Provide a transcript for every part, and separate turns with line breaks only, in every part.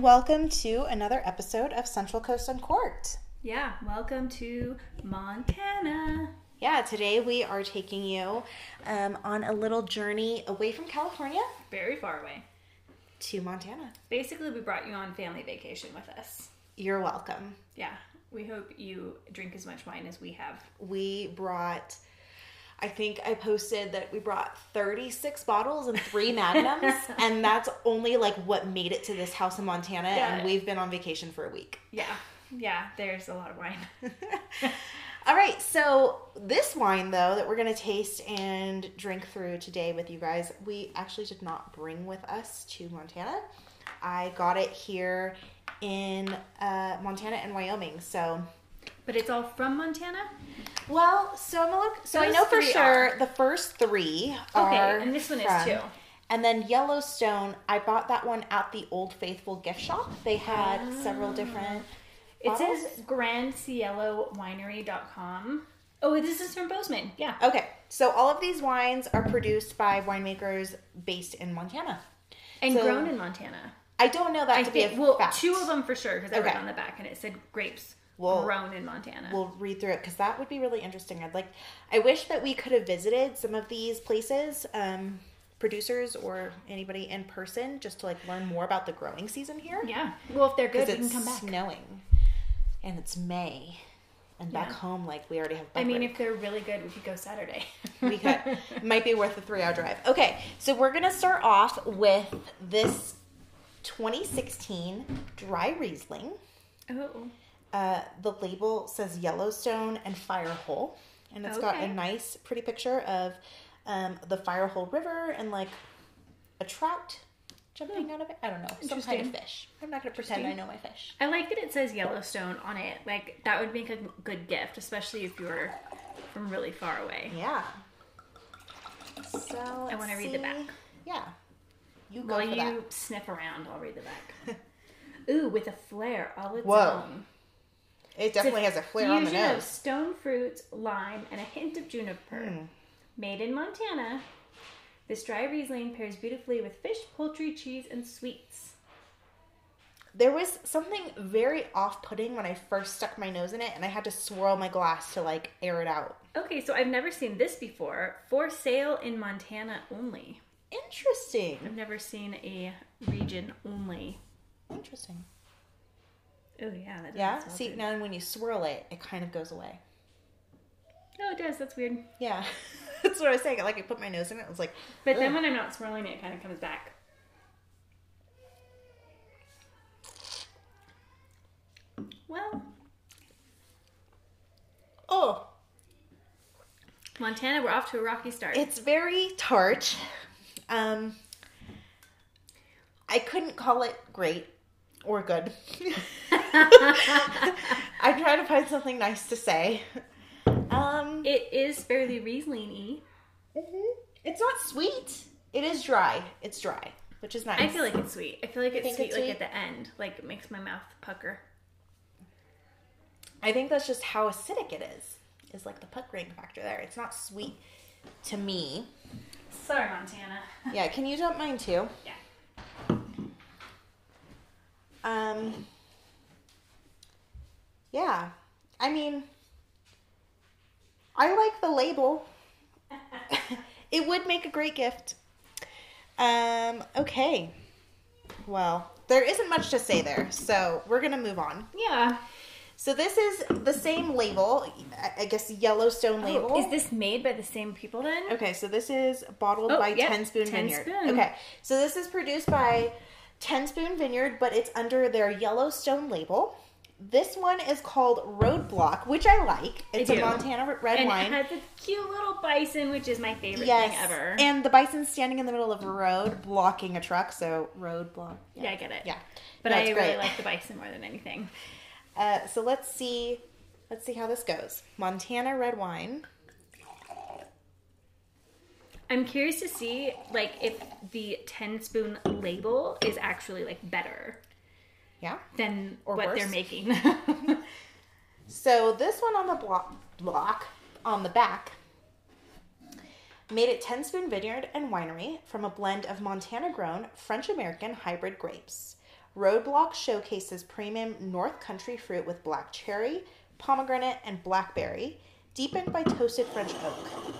welcome to another episode of Central Coast Uncorked.
Yeah, welcome to Montana.
Yeah, today we are taking you um, on a little journey away from California
Very far away.
to Montana.
Basically, we brought you on family vacation with us.
You're welcome.
Yeah, we hope you drink as much wine as we have.
We brought, I think I posted that we brought 36 bottles and three magnums, and that's only like what made it to this house in Montana,
Yeah.
and we've been on vacation for a week.
Yeah, yeah, there's a lot of wine.
All right, so this wine though that we're gonna taste and drink through today with you guys, we actually did not bring with us to Montana. I got it here in uh, Montana and Wyoming. So,
but it's all from Montana?
well, so I'm a little, so I
Those
know for
three
sure
are.
the first three are
Okay, and this one is
from-
too.
And then Yellowstone, I bought that one at the Old Faithful gift shop. They had several different.
It
bottles.
says grandciellowinery.com. Oh, this is from Bozeman. Yeah.
Okay, so all of these wines are produced by winemakers based in Montana.
And
so-
grown in Montana.
I don't know that
I
to be
think,
a
well,
fact.
two of them for sure, because I read
Okay.
on the back and it said grapes
Well,
grown in Montana.
We'll read through it because that would be really interesting. I'd like. I wish that we could have visited some of these places, um, producers or anybody in person, just to like learn more about the growing season here.
yeah. Well, if they're good,
because
they can
it's
come back.
snowing, and it's May, and back
Yeah.
home like we already have.
I mean,
bumper.
if they're really good, we could go Saturday.
we could. Might be worth a three hour drive. Okay, so we're gonna start off with this 2016 dry Riesling.
oh,
Uh, the label says Yellowstone and Firehole, and it's got a
Okay.
nice, pretty picture of um, the Firehole River and like a trout jumping out of it. I don't know, some kind of
Hmm. Interesting.
fish. I'm not gonna pretend I know my fish.
I like that it says Yellowstone on it. Like that would make a good gift, especially if you're from really far away.
Yeah. So let's
wanna read the
see.
back.
Yeah. You go
While
for
you
that.
sniff around, I'll read the back. Ooh, with a flair all its
Whoa.
own.
It
It's
definitely
a
has a flare on the
fusion of
nose.
stone fruits, lime, and a hint of juniper. Made in Montana, this dry Riesling pairs beautifully with fish, poultry, cheese, and sweets.
There was something very off-putting when I first stuck my nose in it, and I had to swirl my glass to like air it out.
Okay, so I've never seen this before. For sale in Montana only.
Interesting.
I've never seen a region only.
Interesting.
Oh yeah, that doesn't
Yeah.
smell
See,
good.
now when you swirl it, it kind of goes away.
No, it does. That's weird.
Yeah. That's what I was saying. Like I put my nose in it, I was like,
But
Ugh.
then when I'm not swirling it, it kind of comes back. Well,
oh,
Montana, we're off to a rocky start.
it's very tart. Um, I couldn't call it great or good. I'm trying to find something nice to say. Um,
it is fairly Riesling-y.
mhm. it's not sweet. It is dry. It's dry, which is nice.
I feel like it's sweet. I feel like it's
think
sweet,
it's
like
sweet?
at the end, like it makes my mouth pucker.
I think that's just how acidic it is. Is like the puckering factor there. It's not sweet to me.
Sorry, Montana.
Yeah, can you dump mine too?
yeah.
Um. Yeah, I mean, I like the label. it would make a great gift. Um. Okay. Well, there isn't much to say there, so we're gonna move on.
Yeah.
So this is the same label, I- I guess Yellowstone label.
Oh, Is this made by the same people then?
Okay, so this is bottled
Oh,
by
yeah,
Ten Spoon
10
Vineyard.
Spoon.
Okay, so this is produced by Ten Spoon Vineyard, but it's under their Yellowstone label. This one is called Roadblock, which I like. It's a
do.
Montana red
and
wine.
it had the cute little bison, which is my favorite thing
yes,
ever.
and the bison standing in the middle of a road blocking a truck. So roadblock.
yeah, I get it.
yeah.
But
No,
I
it's
really
great.
like the bison more than anything.
Uh, so let's see, let's see how this goes. Montana red wine.
I'm curious to see like if the ten spoon label is actually like better
Yeah.
than
Or
what
worse.
they're making.
So this one on the block, block on the back, made at Ten Spoon Vineyard and Winery from a blend of Montana-grown French-American hybrid grapes. Roadblock showcases premium North Country fruit with black cherry, pomegranate, and blackberry, deepened by toasted French oak.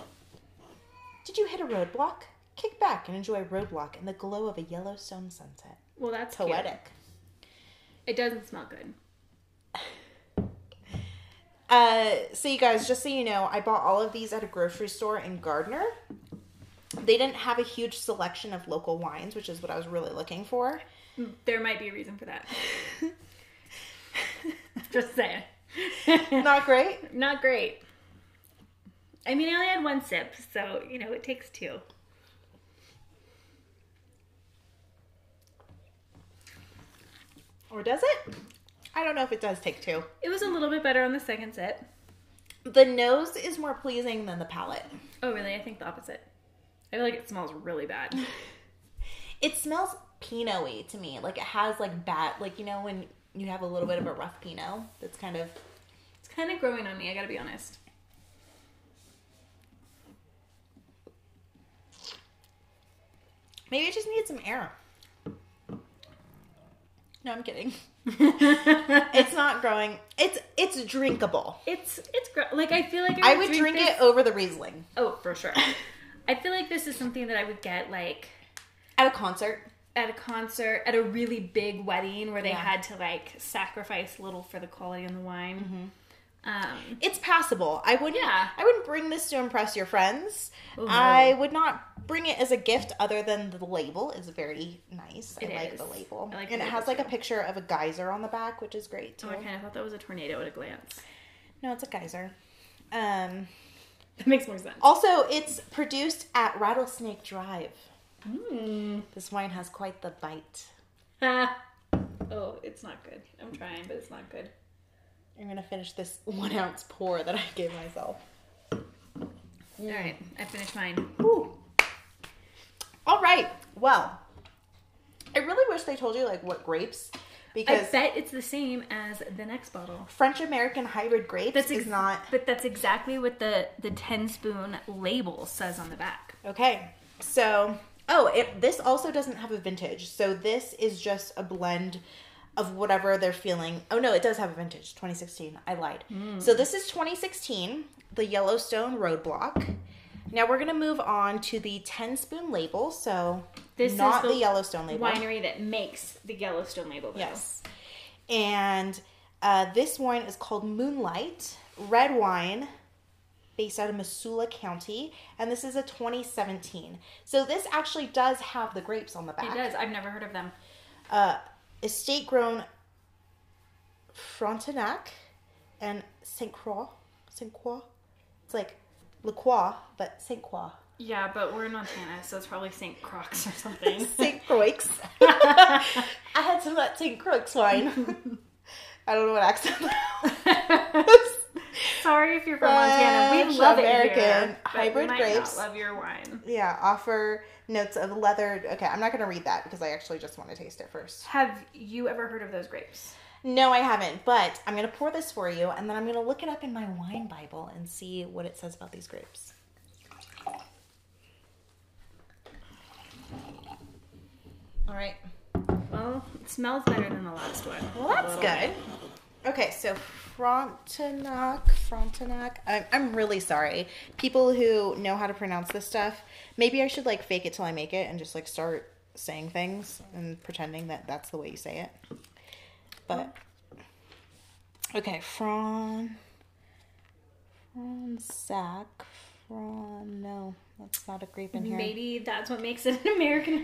Did you hit a roadblock? Kick back and enjoy roadblock in the glow of a Yellowstone sunset.
Well, that's cute.
Poetic.
It doesn't smell good.
Uh, so you guys, just so you know, I bought all of these at a grocery store in Gardner. They didn't have a huge selection of local wines, which is what I was really looking for.
There might be a reason for that. Just saying.
Not great.
Not great. I mean, I only had one sip, so you know it takes two.
Or does it? I don't know if it does take two.
It was a little bit better on the second sip.
The nose is more pleasing than the palate.
Oh, really? I think the opposite. I feel like it smells really bad.
It smells pinoy to me. Like it has like bat like you know when you have a little bit of a rough pinot that's kind of
It's kind of growing on me. I gotta be honest.
maybe it just needs some air. No, I'm kidding.
it's
It's not growing. It's it's drinkable.
it's it's gr- like I feel like
I would drink,
this-
it over the Riesling
Oh, for sure. I feel like this is something that I would get like
at a concert.
at a concert, at a really big wedding where they
Yeah.
had to like sacrifice little for the quality in the wine.
Mm-hmm.
Um,
It's passable. I wouldn't.
Yeah.
I wouldn't bring this to impress your friends.
Ooh, no.
I would not bring it as a gift, other than the label is very nice.
It
I like the
is.
label,
I like
and
the
it
label
has like a
too.
picture of a geyser on the back, which is great too.
oh, I kind of thought that was a tornado at a glance.
No, it's a geyser. Um,
That makes more sense.
also, it's produced at Rattlesnake Drive.
Mm.
This wine has quite the bite.
Ah. oh, it's not good. I'm trying, but it's not good.
I'm gonna finish this one ounce pour that I gave myself.
All right, I finished mine.
Ooh. All right. Well, I really wish they told you like what grapes,
I
because
bet it's the same as the next bottle.
French American hybrid grapes
That's
is
ex-
not
But that's exactly what the the ten spoon label says on the back.
okay. So, oh, it, this also doesn't have a vintage. So this is just a blend of whatever they're feeling. Oh no, it does have a vintage. 2016. I lied.
Hmm.
So this is 2016, the Yellowstone Roadblock. Now we're gonna move on to the 10 spoon label. So
This is
not
the
the, Yellowstone label.
Winery that makes the Yellowstone label. though.
Yes. And uh, this wine is called Moonlight Red Wine, based out of Missoula County, and this is a 2017. So this actually does have the grapes on the
It
back.
does. I've never heard of them.
Uh, estate grown Frontenac and Saint Croix. Saint Croix. It's like La Croix, but Saint Croix.
Yeah, but we're in Montana, so it's probably St. Croix or something.
St. Croix. I had some of that St. Croix wine. I don't know what accent that was.
Sorry if you're from Montana. We
French
love it
Uh, American
here. but
hybrid
you might
grapes.
Not love your wine.
yeah, offer notes of leather. Okay, I'm not going to read that because I actually just want to taste it first.
Have you ever heard of those grapes?
No, I haven't, but I'm going to pour this for you and then I'm going to look it up in my wine Bible and see what it says about these grapes. All right.
Well, it smells better than the last one.
Well, that's
A little
good.
bit.
Okay, so Frontenac, Frontenac. I'm, I'm really sorry. People who know how to pronounce this stuff, maybe I should like fake it till I make it and just like start saying things and pretending that that's the way you say it. But okay, Fron, Fronsac, Fron. No, that's not a grape in here.
Maybe that's what makes it an American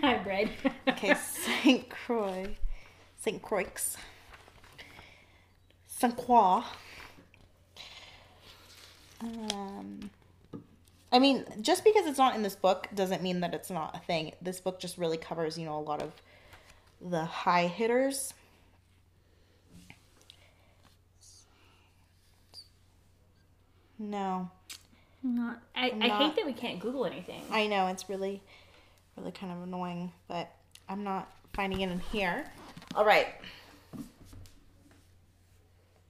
hybrid.
Okay, Saint Croix. Saint Croix. Saint Croix. Um, I mean, just because it's not in this book doesn't mean that it's not a thing. This book just really covers, you know, a lot of the high hitters. No,
Not, I, I hate
Not-
that we can't Google anything.
I know it's really, really kind of annoying, but I'm not finding it in here. All right.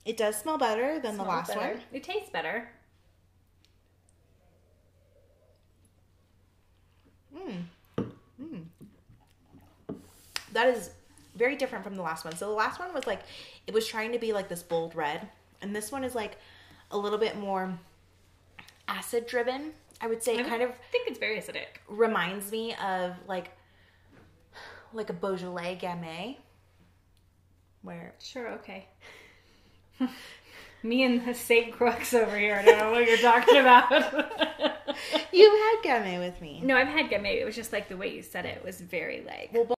It does smell better than the last
Smells better.
one.
It tastes better.
Mm. That is very different from the last one. So the last one was like it was trying to be like this bold red, and this one is like a little bit more acid driven. I would say
I
it kind of
think it's very acidic.
reminds me of like like a Beaujolais Gamay, where
Sure, okay. Me and the St. Crux over here. I don't know what you're talking about.
you had Gamay with me.
no, I've had Gamay. It was just like the way you said it was very like.
Well,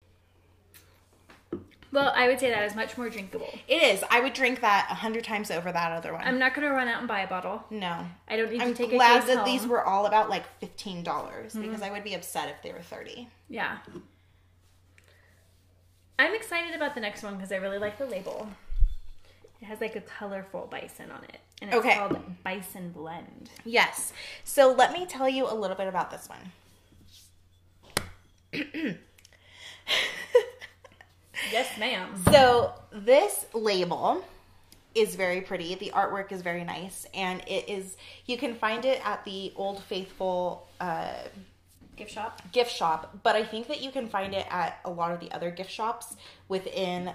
Well, I would say that is much more drinkable.
It is. I would drink that a hundred times over that other one.
I'm not going to run out and buy a bottle.
no.
I don't need
I'm
to take a
glad
case
that
home.
these were all about like fifteen dollars because I would be upset if they were thirty.
Yeah. I'm excited about the next one because I really like the label. It has like a colorful bison on it. And it's
Okay.
called Bison Blend.
Yes. So let me tell you a little bit about this one.
Yes, ma'am.
So this label is very pretty. The artwork is very nice, and it is. You can find it at the Old Faithful uh,
Gift shop.
gift shop, but I think that you can find it at a lot of the other gift shops within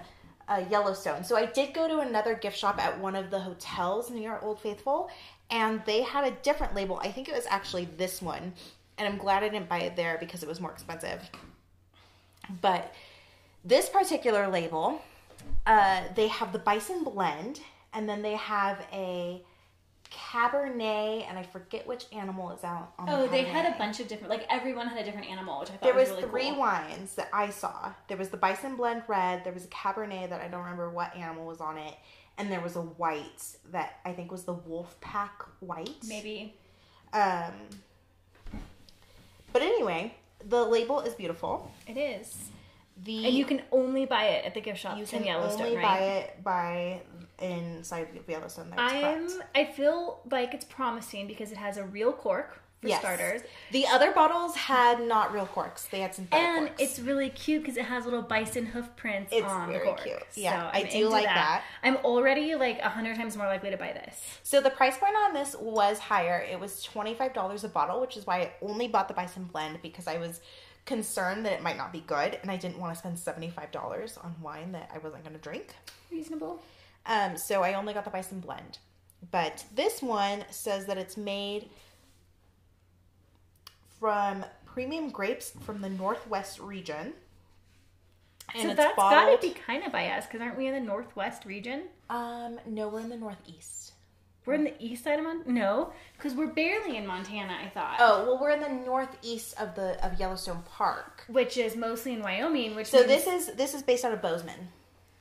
uh, Yellowstone. So I did go to another gift shop at one of the hotels near Old Faithful, and they had a different label. I think it was actually this one, and I'm glad I didn't buy it there because it was more expensive. But this particular label, uh, they have the Bison Blend, and then they have a Cabernet, and I forget which animal is out on the
Oh, they
Cabernet
had a bunch of different, like everyone had a different animal, which I thought
there was,
was, really
three
cool.
wines that I saw. There was the Bison Blend Red, there was a Cabernet that I don't remember what animal was on it, and there was a white that I think was the Wolf Pack White.
Maybe.
Um, but anyway, the label is beautiful.
It is.
The
And you can only buy it at the gift shop
you
in
can
Yellowstone,
only
right?
buy it by inside of Yellowstone. That's
I'm,
correct.
I feel like it's promising because it has a real cork for
Yes.
starters.
The other bottles had not real corks; they had synthetic
And
corks.
it's really cute because it has little bison hoof prints
It's
on
very
the cork.
cute. Yeah, I do
into
like that.
I'm already like a hundred times more likely to buy this.
So the price point on this was higher. It was $25 a bottle, which is why I only bought the Bison Blend because I was concerned that it might not be good and I didn't want to spend $75 on wine that I wasn't going to drink.
Reasonable.
Um, so I only got the Bison Blend. But this one says that it's made from premium grapes from the Northwest region. And
so
it's
that's
bottled.
gotta be kind of biased because aren't we in the northwest region?
um, no, we're in the Northeast.
We're in the east side of Montana. No, because we're barely in Montana. I thought.
Oh well, we're in the Northeast of the of Yellowstone Park.
Which is mostly in Wyoming. Which
So
means-
this is this is based out of Bozeman.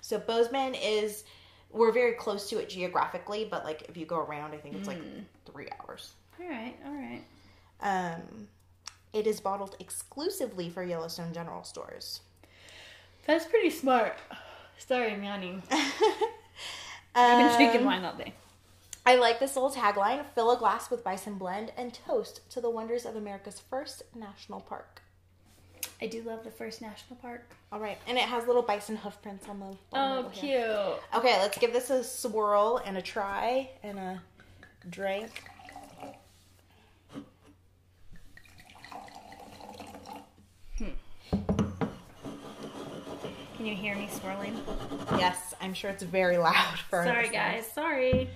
So Bozeman is we're very close to it geographically, but like if you go around, I think it's like three hours.
All right. All right.
Um, it is bottled exclusively for Yellowstone General Stores.
That's pretty smart. Sorry, I'm yawning. I've been
Um,
drinking wine all day.
I like this little tagline: "Fill a glass with Bison Blend and toast to the wonders of America's first national park."
I do love the first national park.
All right, and it has little bison hoof prints on the. on the
Oh,
label here.
cute.
Okay, let's give this a swirl and a try and a drink.
Can you hear me swirling?
Yes, I'm sure it's very loud for our
Sorry,
listeners.
guys. Sorry.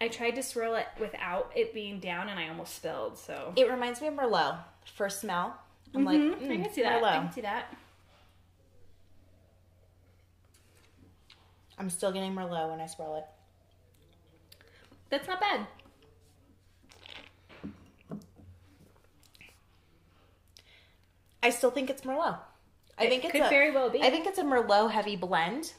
I tried to swirl it without it being down, and I almost spilled. So
It reminds me of Merlot. First smell, I'm like,
Mm-hmm. I
mm,
can see that. I
Merlot.
can see that.
I'm still getting Merlot when I swirl it.
That's not bad.
I still think it's Merlot. I think it's
could
a,
very well be.
I think it's a Merlot heavy blend.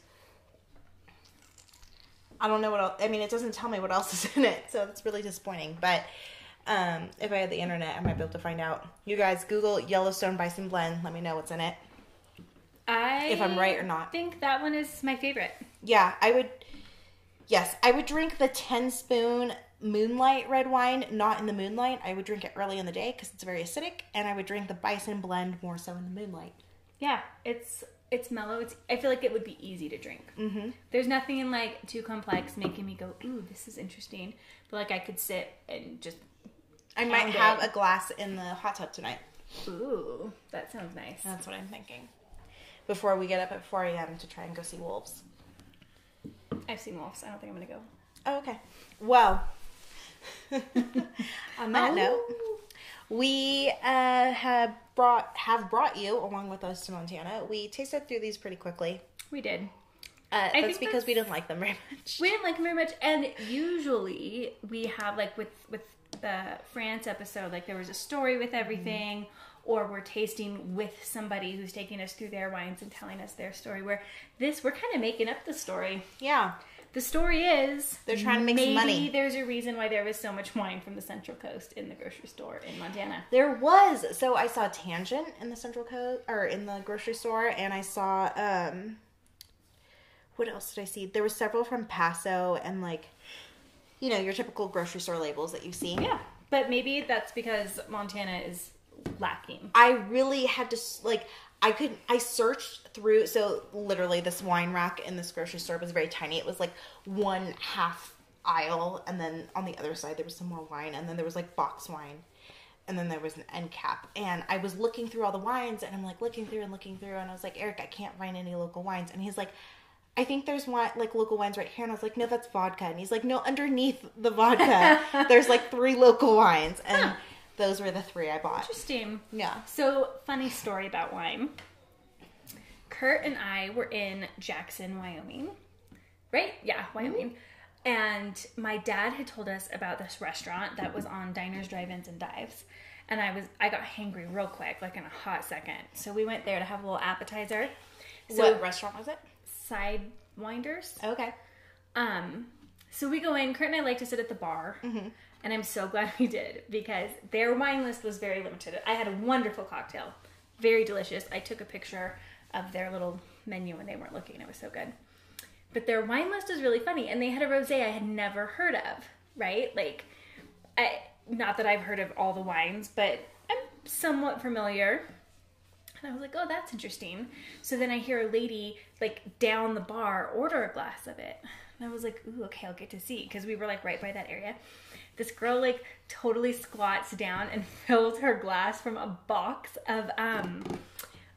I don't know what else. I mean, it doesn't tell me what else is in it, so it's really disappointing. But um, if I had the internet, I might be able to find out. You guys, Google Yellowstone Bison Blend. Let me know what's in it.
I
If I'm right or not.
think that one is my favorite.
Yeah, I would. Yes, I would drink the 10 spoon moonlight red wine, not in the moonlight. I would drink it early in the day because it's very acidic, and I would drink the bison blend more so in the moonlight.
Yeah, it's it's mellow. It's I feel like it would be easy to drink. Mm-hmm. There's nothing like too complex making me go, ooh, this is interesting. But like I could sit and just,
I might
Pound
have a
it.
glass in the hot tub tonight.
ooh, that sounds nice.
Oh. That's what I'm thinking. before we get up at 4 a.m. to try and go see wolves.
I've seen wolves. I don't think I'm gonna go.
Oh, okay. Well, on that note, we uh, have brought have brought you along with us to Montana. We tasted through these pretty quickly.
We did.
Uh, that's
think
because we
that's-
didn't like them very much.
We didn't like them very much, and usually we have like with with the France episode, like there was a story with everything, or we're tasting with somebody who's taking us through their wines and telling us their story. Where this, we're kind of making up the story.
yeah,
The story is
They're trying to make some
maybe
money.
there's a reason why there was so much wine from the Central Coast in the grocery store in Montana.
there was. So I saw Tangent in the Central Coast or in the grocery store, and I saw um, what else did I see? There was several from Paso and like, you know, your typical grocery store labels that you see.
Yeah, but maybe that's because Montana is lacking.
I really had to s- like I could I searched through so literally this wine rack in this grocery store was very tiny. It was like one half aisle and then on the other side there was some more wine and then there was like box wine and then there was an end cap and I was looking through all the wines and I'm like looking through and looking through and I was like Eric I can't find any local wines and he's like I think there's one like local wines right here and I was like no that's vodka and he's like no underneath the vodka there's like three local wines and those were the three I bought
Interesting.
yeah
So, funny story about wine. Kurt and I were in Jackson, Wyoming. Right? Yeah, Wyoming. And my dad had told us about this restaurant that was on diners, drive-ins, and dives. And I was I got hangry real quick, like in a hot second. So we went there to have a little appetizer. So
what restaurant was it?
side winders.
Okay.
Um, so we go in. Kurt and I like to sit at the bar, and I'm so glad we did because their wine list was very limited. I had a wonderful cocktail, very delicious. I took a picture of their little menu when they weren't looking. It was so good. But their wine list is really funny, and they had a rosé I had never heard of. Right, like, I not that I've heard of all the wines, but I'm somewhat familiar. And I was like, oh, that's interesting. So then I hear a lady like down the bar order a glass of it. And I was like, ooh, okay, I'll get to see. Because we were like right by that area. This girl like totally squats down and fills her glass from a box of, um,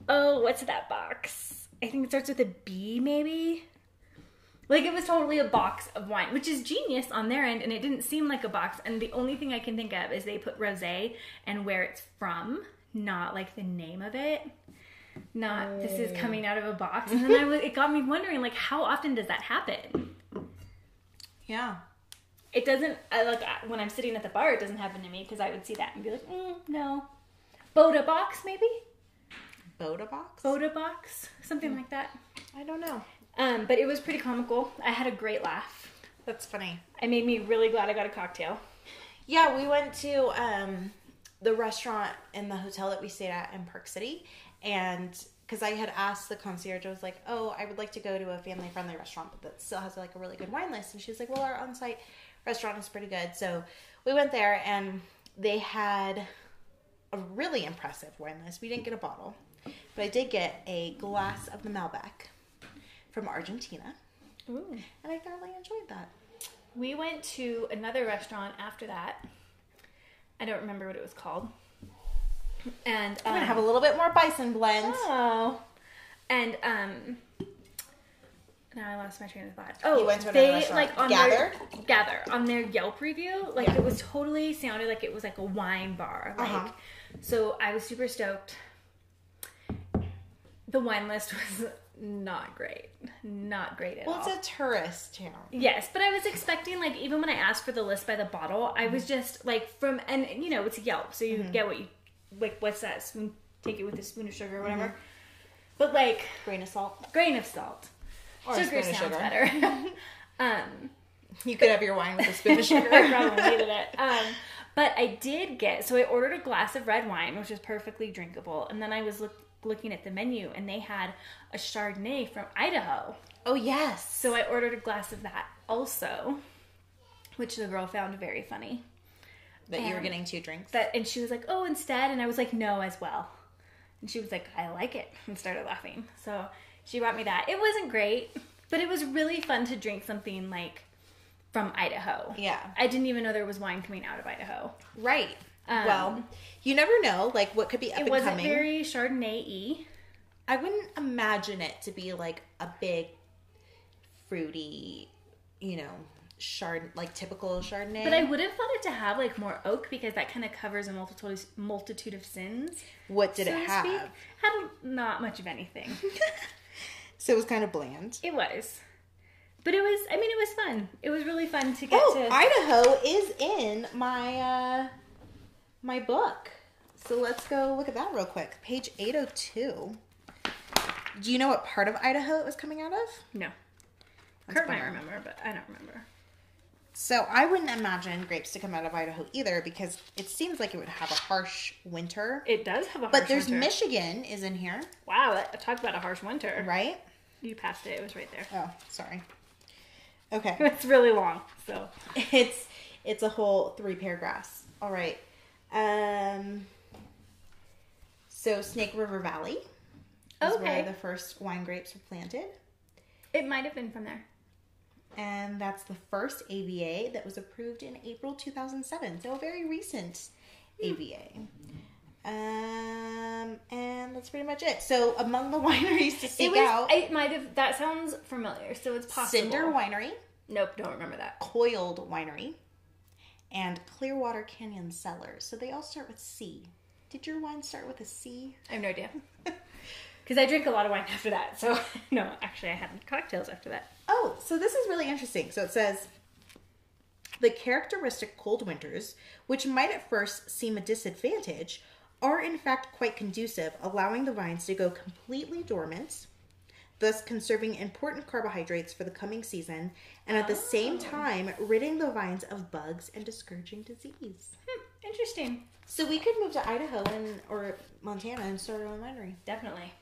oh, what's that box? I think it starts with a B maybe. Like it was totally a box of wine, which is genius on their end, and it didn't seem like a box. And the only thing I can think of is they put rosé and where it's from, not like the name of it. Not this is coming out of a box. Oh. And then I was, it got me wondering, like, how often does that happen?
Yeah.
It doesn't. I, like I- when I'm sitting at the bar, it doesn't happen to me because I would see that and be like, mm, no. Boda box maybe?
Boda box?
Boda box, something like that.
I don't know.
Um, but it was pretty comical. I had a great laugh.
That's funny.
It made me really glad I got a cocktail.
Yeah, we went to um, the restaurant in the hotel that we stayed at in Park City. And because I had asked the concierge, I was like, oh, I would like to go to a family friendly restaurant, but that still has like a really good wine list. And she was like, well, our on site restaurant is pretty good. So we went there and they had a really impressive wine list. We didn't get a bottle, but I did get a glass of the Malbec from Argentina.
Ooh.
and I thoroughly enjoyed that.
We went to another restaurant after that. I don't remember what it was called. And
I'm gonna
um,
have a little bit more bison blend.
oh, and um, now I lost my train of thought. Oh,
went to another
they
restaurant.
like on their gather on their Yelp review, like it was totally sounded like it was like a wine bar. Like,
Uh-huh.
so I was super stoked. The wine list was not great, not great at all.
Well, it's a tourist town.
Yes, but I was expecting like even when I asked for the list by the bottle, I
Mm-hmm.
was just like from and you know it's Yelp, so you get what you like. What's that spoon? Take it with a spoon of sugar or whatever.
Mm-hmm.
But like
Grain of salt
grain of salt,
or
sugar
a spoon
sounds
of sugar.
better. um,
You could have your wine with a spoon of sugar.
I probably needed it. Um, but I did get so I ordered a glass of red wine, which was perfectly drinkable, and then I was look, looking at the menu and they had a Chardonnay from Idaho.
oh yes.
So I ordered a glass of that also, which the girl found very funny.
That you were
Um,
getting two drinks.
that and she was like oh instead and i was like no as well and she was like i like it and started laughing so she brought me that it wasn't great but it was really fun to drink something like from idaho
Yeah.
i didn't even know there was wine coming out of idaho
Right.
Um,
well, you never know, like what could be up
it
and
wasn't
coming.
very chardonnay-y
I wouldn't imagine it to be like a big fruity, you know, chard like typical Chardonnay.
But I would have thought it to have like more oak because that kind of covers a multitude multitude of sins.
what did
so
it
to
have?
speak. Had not much of anything.
So it was kind of bland.
it was, but it was. I mean, it was fun. It was really fun to get
Oh,
to.
Idaho is in my uh my book. So let's go look at that real quick. Page 802. Do you know what part of Idaho it was coming out of?
no, Kurt might
bummer.
remember, but I don't remember.
So I wouldn't imagine grapes to come out of Idaho either because it seems like it would have a harsh winter.
It does have a.
But
harsh
there's
winter.
Michigan is in here,
Wow, that, talk about a harsh winter.
right?
You passed it. It was right there.
Oh, sorry. Okay.
It's really long, so
it's it's a whole three paragraphs. All right. Um so Snake River Valley is
Okay.
where the first wine grapes were planted.
it might have been from there.
And that's the first AVA that was approved in April 2007. So a very recent
Hmm.
AVA. Um and that's pretty much it. So among the wineries to seek
It was.
out
It might have. That sounds familiar. So it's possible.
Cinder Winery,
Nope, don't remember that.
Coiled Winery, and Clearwater Canyon Cellars. So they all start with C. Did your wine start with a C?
I have no idea. Because I drink a lot of wine after that. So, no, actually, I had cocktails after that.
Oh, so this is really interesting. So it says the characteristic cold winters, which might at first seem a disadvantage, are in fact quite conducive, allowing the vines to go completely dormant, thus conserving important carbohydrates for the coming season, and at the same time ridding the vines of bugs and discouraging disease.
Hmm, interesting.
So we could move to Idaho and or Montana and start our own winery.
Definitely.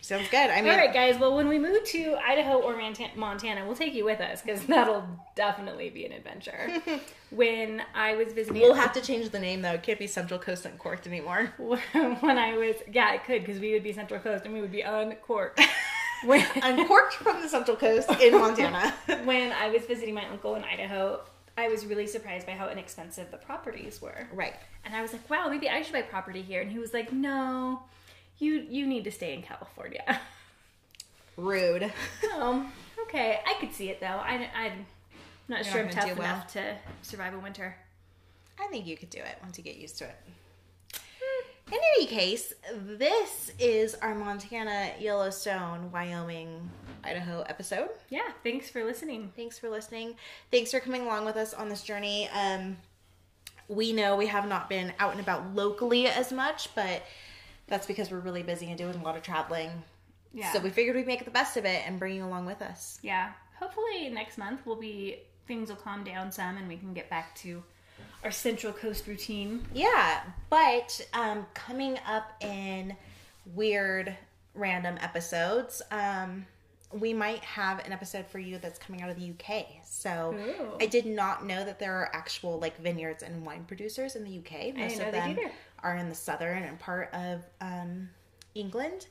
Sounds good. I mean,
All right, guys. Well, when we move to Idaho or Manta- Montana, we'll take you with us because that'll definitely be an adventure. when I was visiting.
we'll have to change the name though. It can't be Central Coast and Corked anymore.
when I was. Yeah, it could because we would be Central Coast and we would be uncorked. when,
uncorked from the Central Coast in Montana.
when I was visiting my uncle in Idaho, I was really surprised by how inexpensive the properties were.
right.
And I was like, wow, maybe I should buy property here. And he was like, no, you you need to stay in California.
Rude.
um, okay, I could see it though. I, I'm not sure
not
I'm
gonna
tough
do well.
enough to survive a winter.
I think you could do it once you get used to it. In any case, this is our Montana, Yellowstone, Wyoming, Idaho episode.
Yeah, thanks for listening.
Thanks for listening. Thanks for coming along with us on this journey. Um, we know we have not been out and about locally as much, but that's because we're really busy and doing a lot of traveling.
Yeah.
So we figured we'd make the best of it and bring you along with us.
yeah. Hopefully next month we'll be things will calm down some and we can get back to our Central Coast routine.
Yeah, but um, coming up in weird random episodes, um, we might have an episode for you that's coming out of the UK. So
Ooh.
I did not know that there are actual like vineyards and wine producers in the UK. Most
didn't know
of
that
them
either.
are in the southern part of um, England.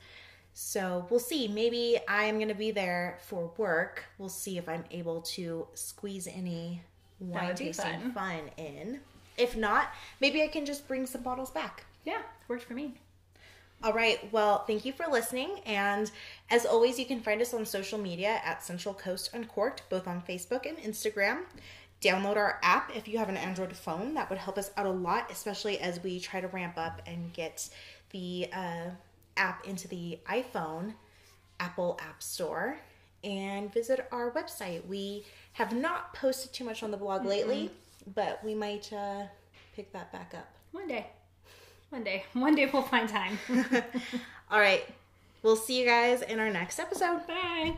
So we'll see. Maybe I'm going to be there for work. We'll see if I'm able to squeeze any wine
would be
tasting
fun.
fun in. If not, maybe I can just bring some bottles back.
Yeah, worked for me.
All right. Well, thank you for listening. And as always, you can find us on social media at Central Coast Uncorked, both on Facebook and Instagram. Download our app if you have an Android phone. That would help us out a lot, especially as we try to ramp up and get the uh, app into the iPhone, Apple App Store. And visit our website. We have not posted too much on the blog lately, but we might uh, pick that back up.
One day. One day. One day we'll find time.
All right. We'll see you guys in our next episode.
Bye.